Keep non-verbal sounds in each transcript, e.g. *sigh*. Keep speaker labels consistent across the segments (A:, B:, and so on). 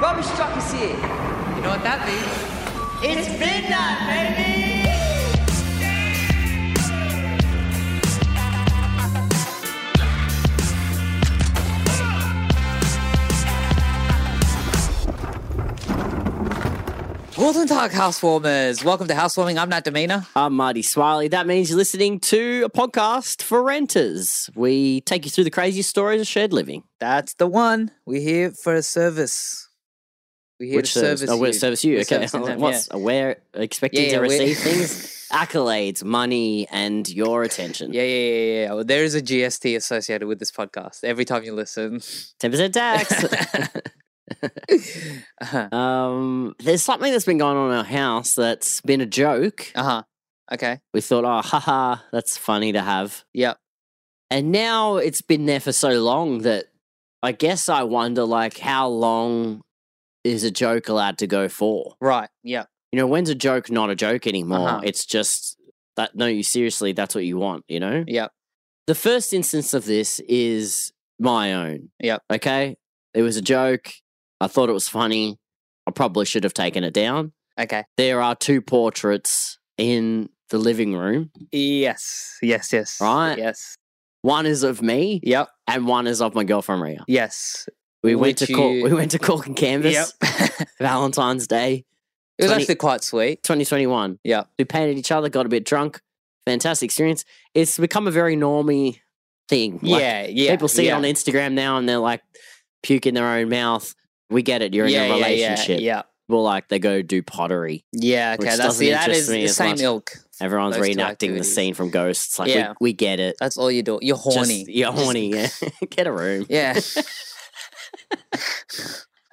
A: Homestuck is here.
B: You know what that means?
A: It's midnight, baby!
B: Guten Tag, housewarmers. Welcome to Housewarming. I'm Nat Demina.
C: I'm Marty Swiley. That means you're listening to a podcast for renters. We take you through the craziest stories of shared living.
B: That's the one. We're here for a service. We're here
C: Which
B: to
C: service?
B: service
C: oh,
B: you.
C: we're service you.
B: We're
C: okay. *laughs*
B: servicing them,
C: What's uh, we're expecting
B: Yeah,
C: to
B: yeah, we're- *laughs*
C: receive things, accolades, money, and your attention.
B: yeah. yeah, yeah, yeah, yeah. Well, there is a GST associated with this podcast. Every time you listen,
C: *laughs*
B: *laughs*
C: Ten percent tax.
B: uh
C: um, there's something that's been going on in our house that's been a joke.
B: huh. Uh-huh. Okay.
C: We thought, oh, haha, that's funny to have.
B: Yep.
C: And now it's been there for so long that I guess I wonder like how long is a joke allowed to go for?
B: Right. Yep.
C: You know, when's a joke not a joke anymore?
B: Uh-huh.
C: It's just that no, you seriously, that's what you want, you know?
B: Yep.
C: The first instance of this is my own.
B: Yep.
C: Okay. It was a joke. I thought it was funny. I probably should have taken it down.
B: Okay.
C: There are two portraits in the living room.
B: Yes. Yes. Yes.
C: Right.
B: Yes.
C: One is of me
B: Yep.
C: and one is of my girlfriend Ria.
B: Yes.
C: We went
B: Which
C: to Cork,
B: you-
C: we went to Cork and Canvas
B: *laughs* it
C: *laughs* Valentine's Day
B: was
C: 20
B: actually quite sweet.
C: 2021.
B: Yep.
C: We painted each other, got a bit drunk. Fantastic experience. It's become a very normy thing. Like,
B: yeah. Yeah.
C: People see
B: yeah.
C: it on Instagram now and they're like puke in their own mouth. We get it. You're in
B: yeah,
C: a relationship.
B: Yeah.
C: People like they go do pottery.
B: Yeah. yeah
C: Which
B: okay. That's
C: doesn't
B: the, that
C: interest
B: is
C: me
B: the
C: as
B: same
C: much.
B: ilk.
C: Everyone's
B: Those two
C: reenacting the
B: activities.
C: scene from Ghosts. Like
B: Yeah.
C: we, we get it.
B: That's all you do. You're
C: Just-
B: horny.
C: you're horny.
B: *laughs*
C: Yeah. *laughs* get a room.
B: yeah.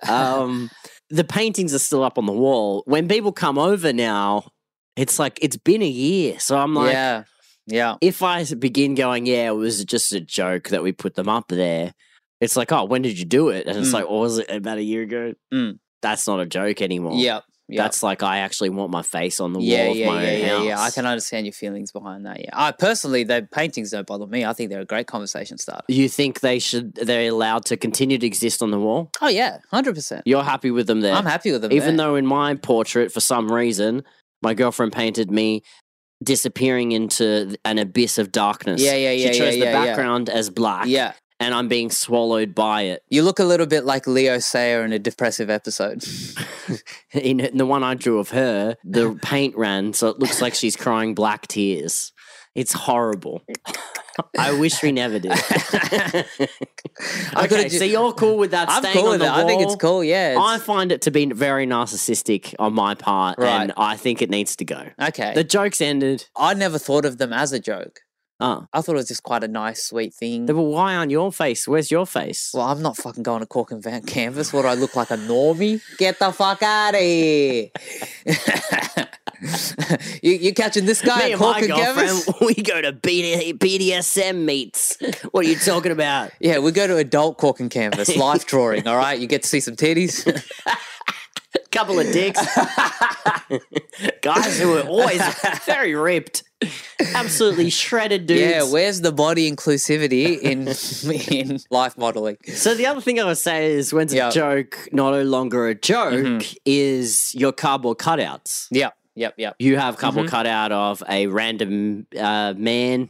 C: um, the paintings are still up on the wall. When people come over now, it's like it's been a year. So *laughs* I'm like,
B: yeah. Yeah.
C: if I s- begin going, yeah, it was just a joke that we put them up there. It's like, oh, when did you do it? And it's
B: Mm.
C: like, oh, was it about a year ago?
B: Mm.
C: That's not a joke anymore.
B: Yeah. Yeah.
C: that's like I actually want my face on the wall
B: yeah,
C: of
B: yeah,
C: my
B: yeah,
C: own
B: yeah,
C: house.
B: yeah. I can understand your feelings behind that. Yeah, I personally, the paintings don't bother me. I think they're a great conversation starter.
C: You think they should? They're allowed to continue to exist on the wall?
B: Oh yeah, hundred percent.
C: You're happy with them there?
B: I'm happy with them.
C: Even
B: there.
C: though in my portrait, for some reason, my girlfriend painted me disappearing into th- an abyss of darkness.
B: Yeah, yeah, yeah, yeah,
C: She chose
B: yeah,
C: the
B: yeah.
C: background as black,
B: yeah,
C: and I'm being swallowed by it.
B: you look a little bit like Leo Sayer in a depressive episode. *laughs*
C: *laughs* In, in the one I drew of her,
B: *laughs*
C: the paint ran, so it looks like she's crying black tears. It's horrible. I wish we
B: *laughs*
C: never did.
B: I
C: okay,
B: could've ju-
C: so you're cool with that?
B: I'm
C: staying
B: cool
C: on
B: with it.
C: the
B: I think it's
C: wall?
B: cool. Yeah.
C: I
B: it's-
C: find it to be very narcissistic on my part, and
B: Right.
C: I think it needs to go.
B: okay.
C: The joke's ended.
B: I never thought of them as a joke.
C: Oh.
B: I thought it was just quite a nice, sweet thing.
C: Then, Well, why on your face? Where's your face?
B: Well, I'm not fucking going to Cork and Van Canvas. What do I look like a normie? Get the fuck out of here. *laughs* you, you catching this guy
C: Me
B: at
C: and
B: Cork
C: my
B: and
C: girlfriend,
B: Canvas?
C: *laughs* we go to BD- BDSM meets. What are you talking about?
B: Yeah, we go to adult Cork and
C: *laughs*
B: Canvas, life drawing, all right? You get to see some titties.
C: Couple
B: *laughs*
C: of dicks. Guys who are always very ripped. Absolutely shredded dudes.
B: yeah, where's the body inclusivity in
C: *laughs*
B: in life modeling?
C: So the other thing I would say is when's
B: Yeah. Mm-hmm.
C: a joke not no longer a joke is your cardboard cutouts.
B: Yep, yep, yep.
C: You have
B: Mm-hmm.
C: cardboard cutout of a random uh, man.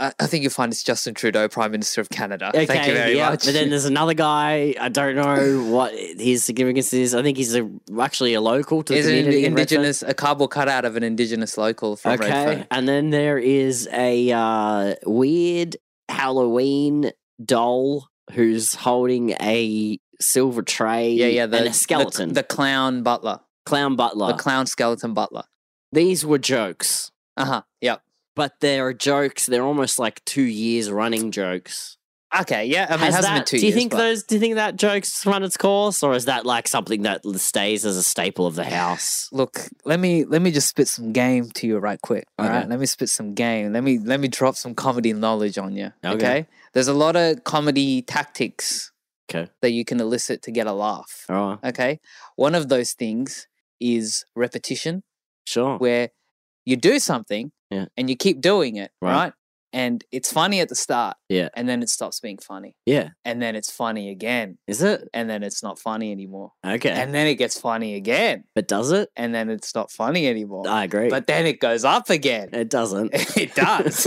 B: I, I think you'll find it's Justin Trudeau, Prime Minister of Canada. Thank you very much.
C: But then there's another guy. I don't know what his significance is. I think he's a, actually a local to the
B: *laughs* Is an
C: community. in Redfern.
B: indigenous a cardboard cutout of an indigenous local from
C: Okay,
B: Redfern?
C: and then there is a uh, weird Halloween doll who's holding a silver tray.
B: Yeah, yeah, the
C: and a skeleton,
B: the, the clown butler,
C: clown butler.
B: the clown skeleton butler.
C: These were jokes,
B: Uh huh. Yep.
C: but they are jokes. They're almost like two years running jokes.
B: Okay. Yeah. I mean,
C: Has
B: it hasn't
C: that-
B: been two
C: do you
B: years,
C: think
B: but-
C: those? Do you think that jokes run its course, or is that like something that l- stays as a staple of the house?
B: Look, let me let me just spit some game to you right quick. All right.
C: Okay.
B: Let me spit some game. Let me let me drop some comedy knowledge on you.
C: Okay.
B: Okay. There's a lot of comedy tactics
C: Okay,
B: that you can elicit to get a laugh.
C: all right,
B: Okay. One of those things is repetition,
C: sure.
B: where you do something
C: Oh. Yeah.
B: and you keep doing it,
C: Right.
B: right? and it's funny at the start.
C: Yeah.
B: And then it stops being funny.
C: Yeah.
B: And then it's funny again.
C: Is it?
B: And then it's not funny anymore.
C: Okay.
B: And then it gets funny again.
C: but does it?
B: And then it's not funny anymore.
C: I agree.
B: But then it goes up again.
C: it doesn't.
B: *laughs* It
C: *laughs*
B: does.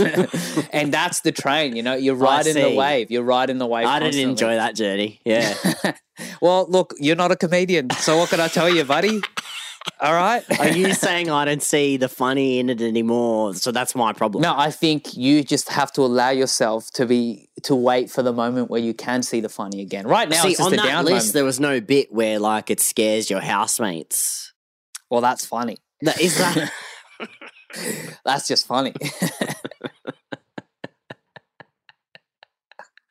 B: and that's the train, you know, you're riding the
C: see.
B: wave. You're riding the wave.
C: I didn't enjoy that journey.
B: *laughs*
C: Yeah.
B: well, look, you're not a comedian. So what can I tell you, buddy? All right.
C: *laughs* Are you saying I don't see the funny in it anymore? So that's my
B: *laughs*
C: problem.
B: No, I think you just have to allow yourself to be to wait for the moment where you can see the funny again. Right now,
C: See,
B: it's just
C: on
B: a
C: that
B: down
C: list,
B: moment.
C: there was no bit where like it scares your housemates.
B: Well, that's funny.
C: That is that.
B: That's just funny. *laughs*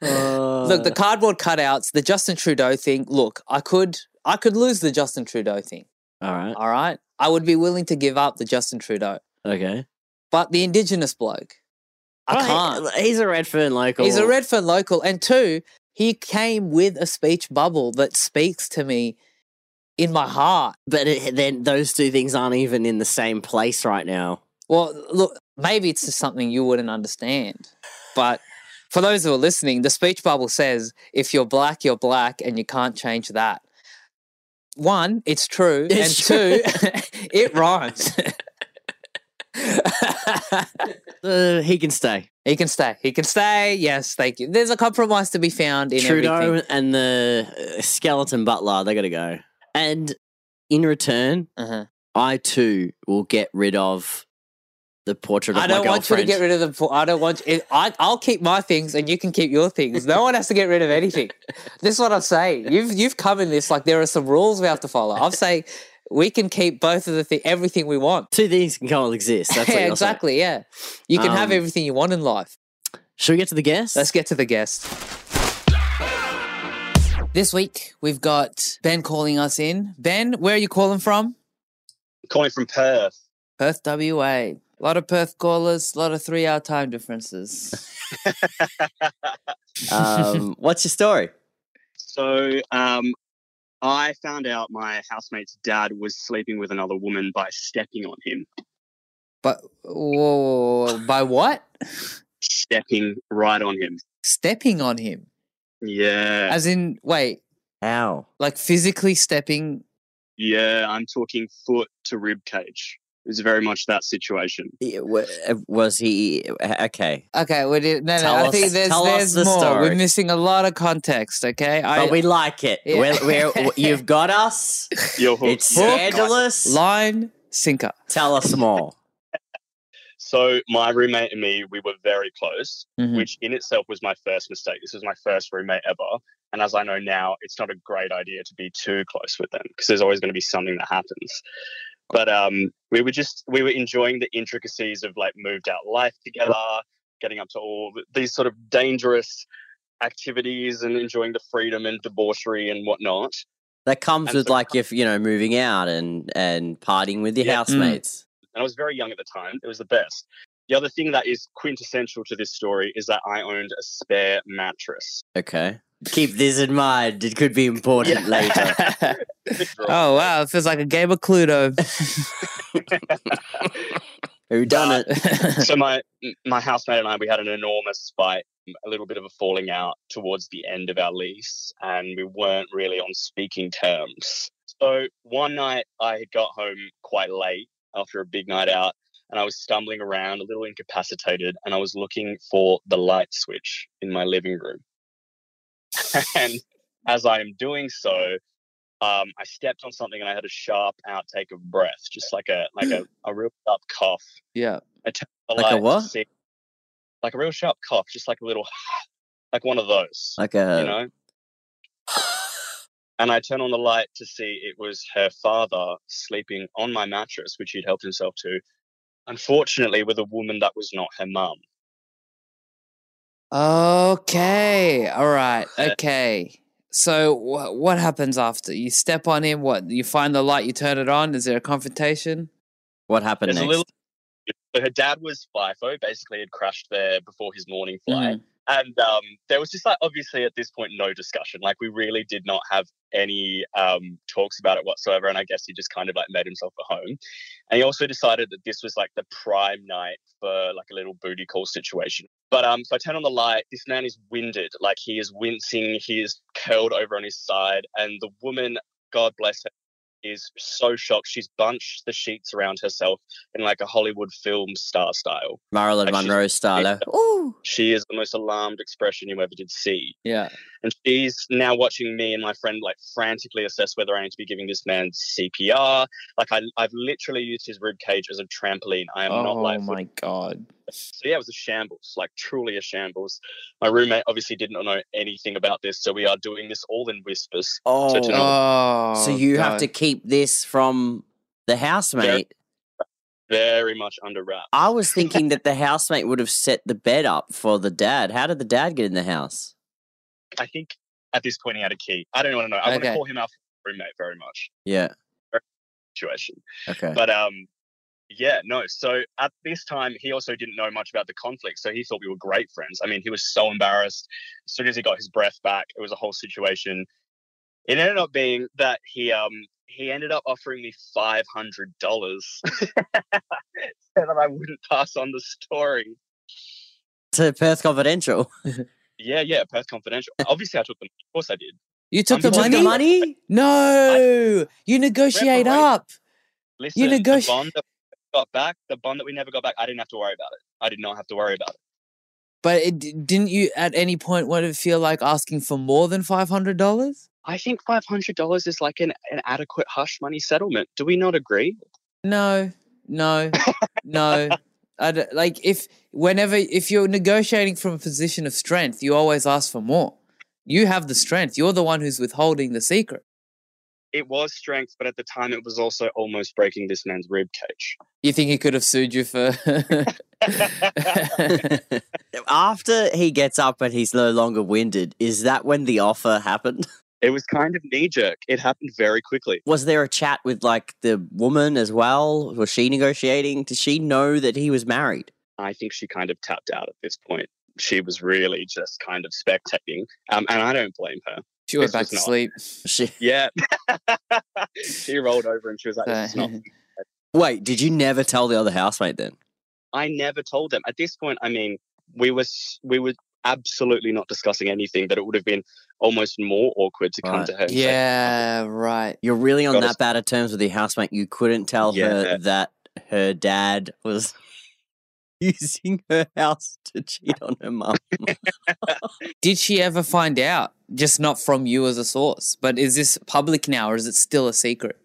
B: look,
C: Uh.
B: the cardboard cutouts, the Justin Trudeau thing. Look, I could I could lose the Justin Trudeau thing.
C: *laughs* all right.
B: All right, I would be willing to give up the Justin Trudeau,
C: Okay.
B: but the Indigenous bloke, I can't.
C: Well, he- He's a Redfern local.
B: He's a Redfern local, and two, he came with a speech bubble that speaks to me in my heart.
C: But it, then those two things aren't even in the same place right now.
B: Well, look, maybe it's just something you wouldn't understand. But for those who are listening, the speech bubble says if you're black, you're black, and you can't change that. One, it's true.
C: It's
B: and
C: *laughs*
B: two, *laughs* it rhymes.
C: Uh, he can stay.
B: he can stay. He can stay. Yes, thank you. There's a compromise to be found in
C: Trudeau
B: everything.
C: and the uh, skeleton butler, they got to go. And in return,
B: Uh-huh.
C: I too will get rid of the portrait of
B: I don't
C: my
B: want you to
C: girlfriend.
B: get rid of the. po- I don't want. It, I, I'll keep my things, and you can keep your things. No one has to get rid of
C: *laughs*
B: anything. This is what I'm saying. You've you've come in this like there are some rules we have to follow. I'm saying we can keep both of the thing, everything we want.
C: *laughs* Two things can coexist.
B: *laughs*
C: That's what
B: yeah,
C: you're saying.
B: exactly. Yeah, you can have
C: Um,
B: everything you want in life.
C: Should we get to the
B: *laughs*
C: guest?
B: Let's get to the guest. This week we've got Ben calling us in. Ben, where are you calling from?
D: calling from Perth.
B: Perth, WA. A lot of Perth callers. A lot of three-hour time differences.
C: um, what's your story?
D: So um, I found out my housemate's dad was sleeping with another woman by stepping on him,
B: But whoa, whoa, whoa, whoa. by what?
D: stepping right on him.
B: Stepping on him,
D: Yeah.
B: as in wait,
C: How?
B: like physically stepping.
D: Yeah, I'm talking foot to rib cage. It was very much that situation.
C: uh, Was he uh, okay?
B: Okay, we did no,
C: Tell
B: no. I
C: us-
B: think there's
C: tell us
B: there's
C: the
B: more. We're
C: story.
B: missing a lot of context. Okay, I,
C: but we like it.
B: Yeah. *laughs*
C: We're, we're, you've got us.
D: You're
C: *laughs*
D: hooked.
C: It's
D: Yeah.
C: scandalous.
B: line sinker.
C: Tell us more.
D: So my roommate and me, we were very close,
B: Mhm.
D: which in itself was my first mistake. This was my first roommate ever. And as I know now, it's not a great idea to be too close with them because there's always going to be something that happens. But um, we were just we were enjoying the intricacies of like moved out life together, getting up to all th- these sort of dangerous activities and enjoying the freedom and debauchery and whatnot.
C: That comes
D: And
C: with
D: so-
C: like if you know moving out and and partying with your
D: Yeah. Mm.
C: housemates.
D: and I was very young at the time. It was the best. The other thing that is quintessential to this story is that I owned a spare mattress. *laughs*
C: Okay. Keep this in mind. It could be important later.
B: *laughs* oh wow, it feels like a game of Cluedo.
C: *laughs* Who done it?
B: *laughs*
D: *laughs* so my my housemate and I we had an enormous fight, a little bit of a falling out towards the end of our lease, and we weren't really on speaking terms. So one night I had got home quite late after a big night out, and I was stumbling around, a little incapacitated, and I was looking for the light switch in my living room. *laughs* and as I am doing so, um, I stepped on something and I had a sharp outtake of breath, just like a like a, a real sharp cough.
B: yeah.
D: I
C: Like a
D: to
C: what?
D: see- like a real sharp cough, just like a little, *sighs* like one of those,
C: Like a
D: you
C: *sighs*
D: know. And I turn on the light to see it was her father sleeping on my mattress, which he'd helped himself to, unfortunately, with a woman that was not her mum.
B: Okay. All right.
D: Yeah.
B: Okay. So wh- what happens after? You step on him. What? You find the light. You turn it on. Is there a confrontation?
C: what happened
D: There's
C: next?
D: a little. So her dad was FIFO, basically had crashed there before his morning flight. and um, there was just like obviously at this point no discussion. Like we really did not have any um, talks about it whatsoever. And I guess he just kind of like made himself at home. And he also decided that this was like the prime night for like a little booty call situation. But um, so I turn on the light. This man is winded. Like he is wincing. He is curled over on his side, and the woman, God bless her. Is so shocked. She's bunched the sheets around herself in like a Hollywood film star style.
C: Marilyn
D: Actually,
C: Monroe style.
D: yeah.
C: though. Ooh.
D: She is the most alarmed expression you ever did see.
B: Yeah.
D: And she's now watching me and my friend like frantically assess whether I need to be giving this man CPR. Like I, I've literally used his rib cage as a trampoline. I am not
B: Oh
D: like.
B: my god.
D: So yeah, it was a shambles, like truly a shambles. My roommate obviously did not know anything about this, so we are doing this all in whispers.
C: Oh.
D: to know-
B: Oh.
C: so you have
B: God.
C: to keep this from the housemate.
D: Very much under wraps.
C: I was thinking that the housemate would have set the bed up for the dad. How did the dad get in the house?
D: I think at this point he had a key. I don't want to know. I want
B: Okay.
D: to call him our roommate very much
C: Yeah.
D: situation.
C: Okay.
D: But um, yeah, no. So at this time, he also didn't know much about the conflict, so he thought we were great friends. I mean, he was so embarrassed. As soon as he got his breath back, it was a whole situation. It ended up being that he um he ended up offering me five hundred dollars *laughs* so that I wouldn't pass on the story.
C: to Perth Confidential.
D: *laughs* Yeah, yeah, Perth Confidential. Obviously, I took them. Of course, I did.
B: You took
D: I'm
B: the
D: just-
B: money?
D: Took the
C: money?
B: No. You negotiate
D: Reparation.
B: up.
D: Listen,
B: negoti-
D: the bond that we got back, the bond that we never got back. I didn't have to worry about it. I did not have to worry about it.
B: But it, d- didn't you at any point want to feel like asking for more than five hundred dollars?
D: I think five hundred dollars is like an, an adequate hush money settlement. Do we not agree?
B: No, no, no. I d- like if whenever if you're negotiating from a position of strength, you always ask for more. You have the strength. You're the one who's withholding the secret.
D: It was strength, but at the time it was also almost breaking this man's rib *laughs* cage.
B: You think he could have sued you
D: *laughs*
B: for? *laughs*
C: After he gets up and he's no longer winded, is that when the offer happened? *laughs*
D: It was kind of knee jerk. It happened very quickly.
C: Was there a chat with like the woman as well? Was she negotiating? Did she know that he was married? *laughs*
D: I think she kind of tapped out at this point. She was really just kind of spectating, um, and I don't blame her.
B: she went
D: This
B: back
D: was
B: to
D: not-
B: sleep.
C: She,
D: Yeah, *laughs* she rolled over and she was like, "This is not
B: *laughs* So-
C: wait, did you never tell the other housemate then?
D: I never told them. At this point, I mean, we were s- we were absolutely not discussing anything. That it would have been almost more awkward to come
C: Right.
D: to her. and say,
B: yeah, right.
C: You're really on
D: Gotta
C: that
D: s-
C: bad of terms with your housemate. You couldn't tell her
D: Yeah.
C: that her dad was *laughs* using her house to cheat on her mum.
B: Did she ever find out? Just not from you as a source. But is this public now, or is it still a secret?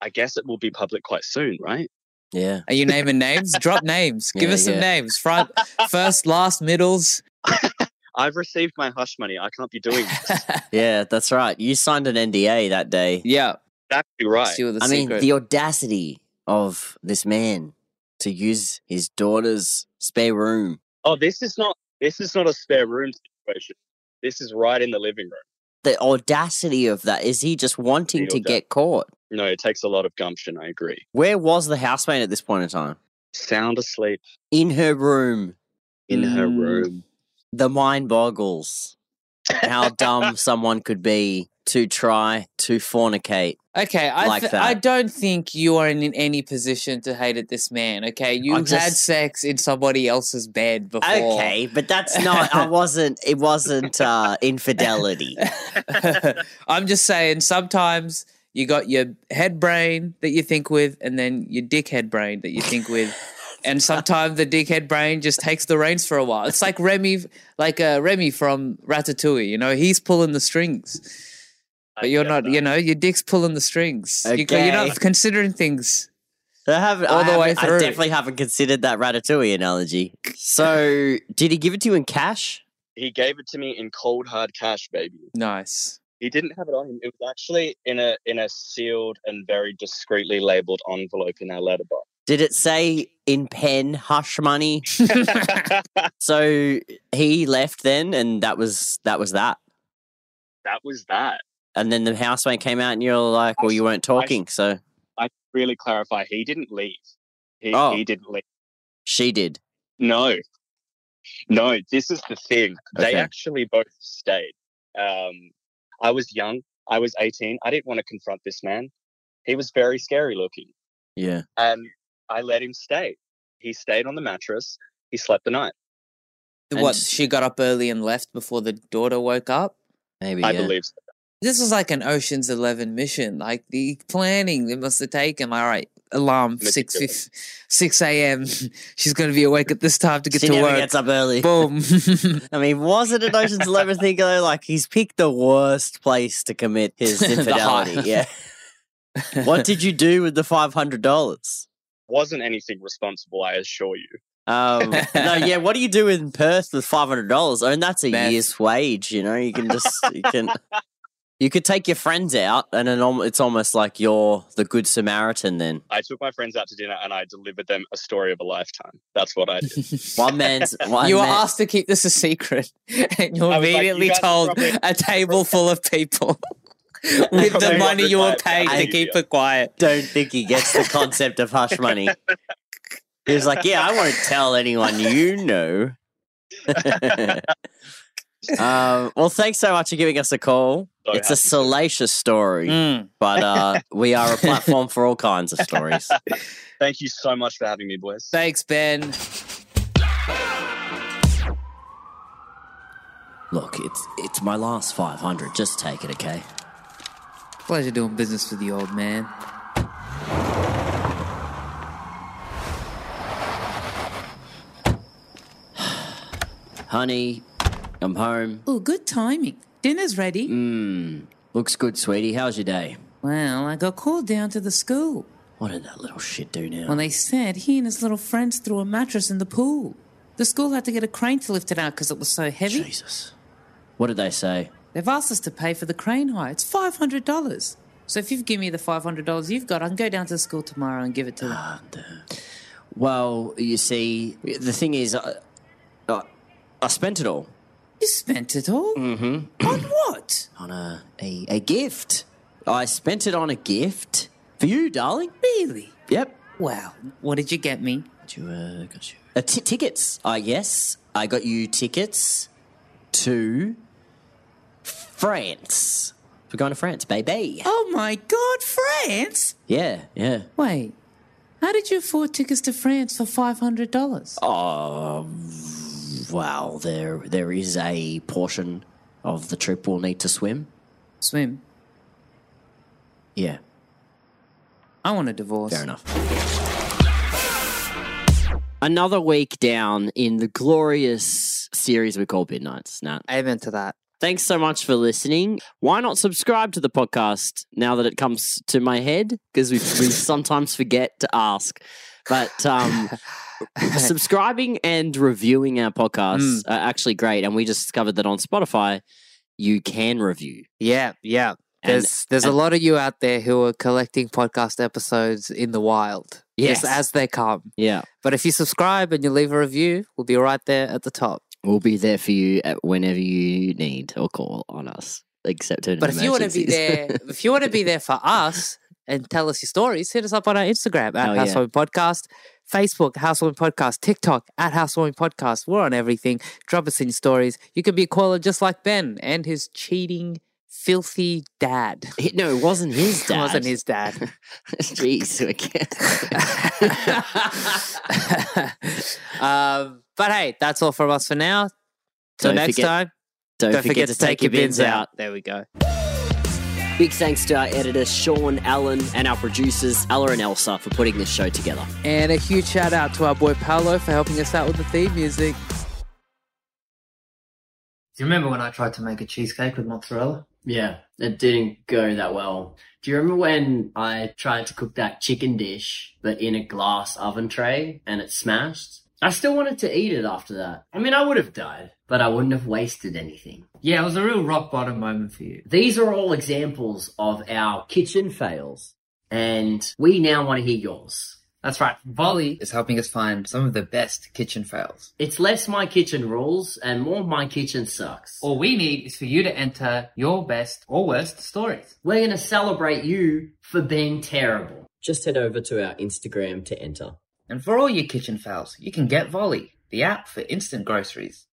D: I guess it will be public quite soon, right?
C: Yeah.
B: Are you naming
C: *laughs*
B: names? Drop names. Give
C: Yeah,
B: us some
C: yeah.
B: names. Front, first, last, middles. *laughs*
D: I've received my hush money. I can't be doing this.
C: Yeah, that's right. You signed an NDA that day.
B: yeah.
D: exactly right.
B: Steal the
C: I mean,
B: secret.
C: the audacity of this man to use his daughter's spare room.
D: Oh, this is not this is not a spare room situation. This is right in the living room.
C: The audacity of that. Is he just wanting
D: The
C: to
D: auda-
C: get caught?
D: No, it takes a lot of gumption. I agree.
C: Where was the housemate at this point in time?
D: Sound asleep
C: In her room.
D: in her
B: Mm.
D: room.
C: The mind boggles how *laughs* dumb someone could be to try to fornicate.
B: okay, I,
C: like
B: th-
C: that.
B: I don't think you are in, in any position to hate at this man. Okay, you
C: I'm
B: had
C: just-
B: sex in somebody else's bed before.
C: Okay, but that's not. *laughs* I wasn't. It wasn't uh, infidelity.
B: *laughs* I'm just saying. Sometimes you got your head brain that you think with, and then your dickhead brain that you think with. And sometimes the dickhead brain just takes the reins for a while. It's like Remy, like uh, Remy from Ratatouille. You know, he's pulling the strings,
D: I
B: but you're
D: get
B: not.
D: that.
B: You know, your dick's pulling the strings. You, are
C: Okay.
B: not considering things.
C: I haven't.
B: All
C: I,
B: the way
C: haven't- I
B: through.
C: definitely haven't considered that ratatouille analogy. So, did he give it to you in cash?
D: He gave it to me in cold hard cash, baby.
B: Nice.
D: *laughs*
B: *laughs*
D: He didn't have it on him. It was actually in a in a sealed and very discreetly labeled envelope in
B: *laughs*
D: our letterbox.
C: Did it say in pen hush money? So he left then, and that was that was that.
D: that was that.
C: And then the housemate came out, and you're like, "Well, you weren't talking." So
D: I should really clarify. He didn't leave. He,
C: Oh.
D: he didn't leave.
C: she did.
D: No, No, this is the thing. They
E: Okay.
D: actually both stayed. Um, I was young. I was 18. I didn't want to confront this man. He was very scary looking.
E: Yeah.
D: And I let him stay. He stayed on the mattress. He slept the night.
E: And
B: what
E: s-
B: she got up early and left before the daughter woke up.
E: Maybe.
D: I
E: yeah.
D: believe so.
B: This was like an Ocean's Eleven mission. Like the planning it must have taken. All right, alarm six
D: Meticulous.
B: fif- six a.m. *laughs* She's gonna be awake at this time to get
C: she
B: to
C: never
B: work.
C: gets up early.
B: Boom.
C: I mean, was it an Ocean's Eleven thing though? Like he's picked the worst place to commit
B: *laughs*
C: his
B: The heart.
C: infidelity. yeah. *laughs*
B: *laughs*
C: What did you do with the five hundred dollars?
D: Wasn't anything responsible, I assure you.
C: Um, no, yeah. What do you do in Perth with five hundred dollars? I mean, that's a
B: Meth.
C: year's wage. You know, you can just you can you could take your friends out, and then alm- it's almost like you're the good Samaritan. Then
D: I took my friends out to dinner and I delivered them a story of a lifetime. That's what I
B: *laughs*
D: did. *laughs*
C: one man's one
B: you were
C: man-
B: asked to keep this a secret, *laughs* and you're
D: I was like, "You
B: immediately
D: guys are
B: told
D: probably-
B: a table full of people
C: *laughs*
B: with *laughs* the
D: probably
B: money you were
D: wondered why
B: paid
D: it's
B: to
D: not
B: keep
D: easier.
B: it quiet.
C: don't think he gets the concept of hush money. He was like, "Yeah, I won't tell anyone you know." *laughs* um, well, thanks so much for giving us a call.
D: So
C: it's
D: happy
C: a
D: to.
C: salacious story, but uh, we are a platform for all kinds of stories.
D: Thank you so much for having me, boys.
B: Thanks, Ben.
C: Look, it's it's my last five hundred. Just take it, okay?
B: Pleasure doing business with the old man.
C: Honey, I'm home.
B: Oh, good timing. Dinner's ready.
C: Mmm, looks good, sweetie. How's your day?
B: Well, I got called down to the school
C: What did that little shit do now?
B: when they said he and his little friends threw a mattress in the pool. The school had to get a crane to lift it out because it was so heavy.
C: Jesus, what did they say?
B: They've asked us to pay for the crane hire. It's five hundred dollars. So if you've given me the five hundred dollars you've got, I can go down to the school tomorrow and give it to them.
C: Ah. Well, you see, the thing is, I, I, I spent it all
B: You spent it all
C: Mm-hmm.
B: *clears throat* on what?
C: on a, a a gift. I spent it on a gift for you, darling.
B: Really?
C: Yep.
B: Wow. What did you get me?
C: Got you, uh, got you. Uh, ti- tickets, I guess. I got you tickets to France. We're going to France, baby.
B: Oh my God, France!
C: Yeah, yeah.
B: Wait, how did you afford tickets to France for five hundred dollars?
C: Oh, wow. There, there is a portion of the trip we'll need to swim.
B: Swim.
C: Yeah,
B: I want a divorce.
C: Fair enough. Another week down in the glorious series we call Bid Nights. Now,
B: Amen to that.
C: thanks so much for listening. Why not subscribe to the podcast now that it comes to my head? Because we, *laughs* we sometimes forget to ask. But *laughs* um, subscribing and reviewing our podcasts are actually great. And we just discovered that on Spotify, you can review.
B: Yeah, yeah.
C: And
B: There's there's
C: and-
B: a lot of you out there who are collecting podcast episodes in the wild.
C: Yes.
B: Just as they come.
C: yeah,
B: But if you subscribe and you leave a review, we'll be right there at the top.
C: We'll be there for you at whenever you need or call on us, except in
B: But if you want to be
C: emergencies.
B: there, if you want to be there for us and tell us your stories, hit us up on our Instagram at
C: Oh,
B: oh,
C: yeah.
B: Podcast, Facebook Housewarming Podcast, TikTok at Housewarming Podcast. We're on everything. Drop us in your stories. You could be a caller just like Ben and his cheating, filthy dad.
C: *laughs* He- no, it wasn't his
B: *laughs* It
C: dad.
B: wasn't his dad.
C: *laughs* Jeez,
B: *laughs*
C: we can't.
B: *laughs* um, but hey, that's all from us for now. Till
C: Don't
B: next
C: forget-
B: time,
C: Don't,
B: don't, forget, to take your bins out. There we go.
C: Big thanks to our editor Sean Allen and our producers Ella and Elsa for putting this show together.
B: And a huge shout out to our boy Paolo for helping us out with the theme music. Do you remember when I tried to make a cheesecake with mozzarella?
F: Yeah, it didn't go that well. Do you remember when I tried to cook that chicken dish, but in a glass oven tray and it smashed? I still wanted to eat it after that. I mean, I would have died, but I wouldn't have wasted anything.
B: Yeah, it was a real rock bottom moment for you.
F: These are all examples of our kitchen fails, and we now want to hear yours.
G: That's right. Volley is helping us find some of the best kitchen fails.
F: It's less my kitchen rules and more my kitchen sucks.
G: All we need is for you to enter your best
E: oh,
G: or worst stories.
F: We're going to celebrate you for being terrible.
E: And for all your kitchen fails, you can get Volley.
B: the app for instant groceries.